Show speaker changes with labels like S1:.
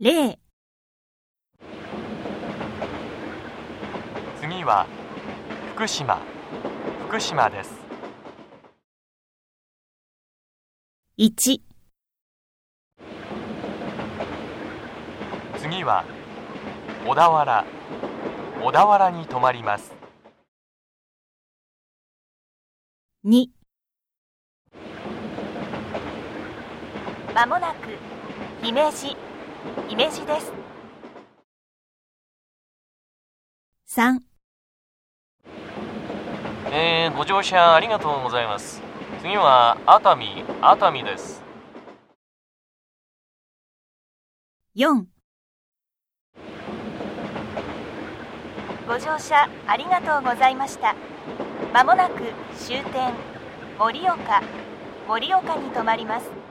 S1: 0
S2: 次は福島福島です
S1: 1
S2: 次は小田原小田原に泊まります
S1: 2
S3: まもなく姫路姫路です
S1: 3
S2: えー、ご乗車ありがとうございます次は熱海熱海です
S1: 4
S3: ご乗車ありがとうございましたまもなく終点盛岡盛岡に停まります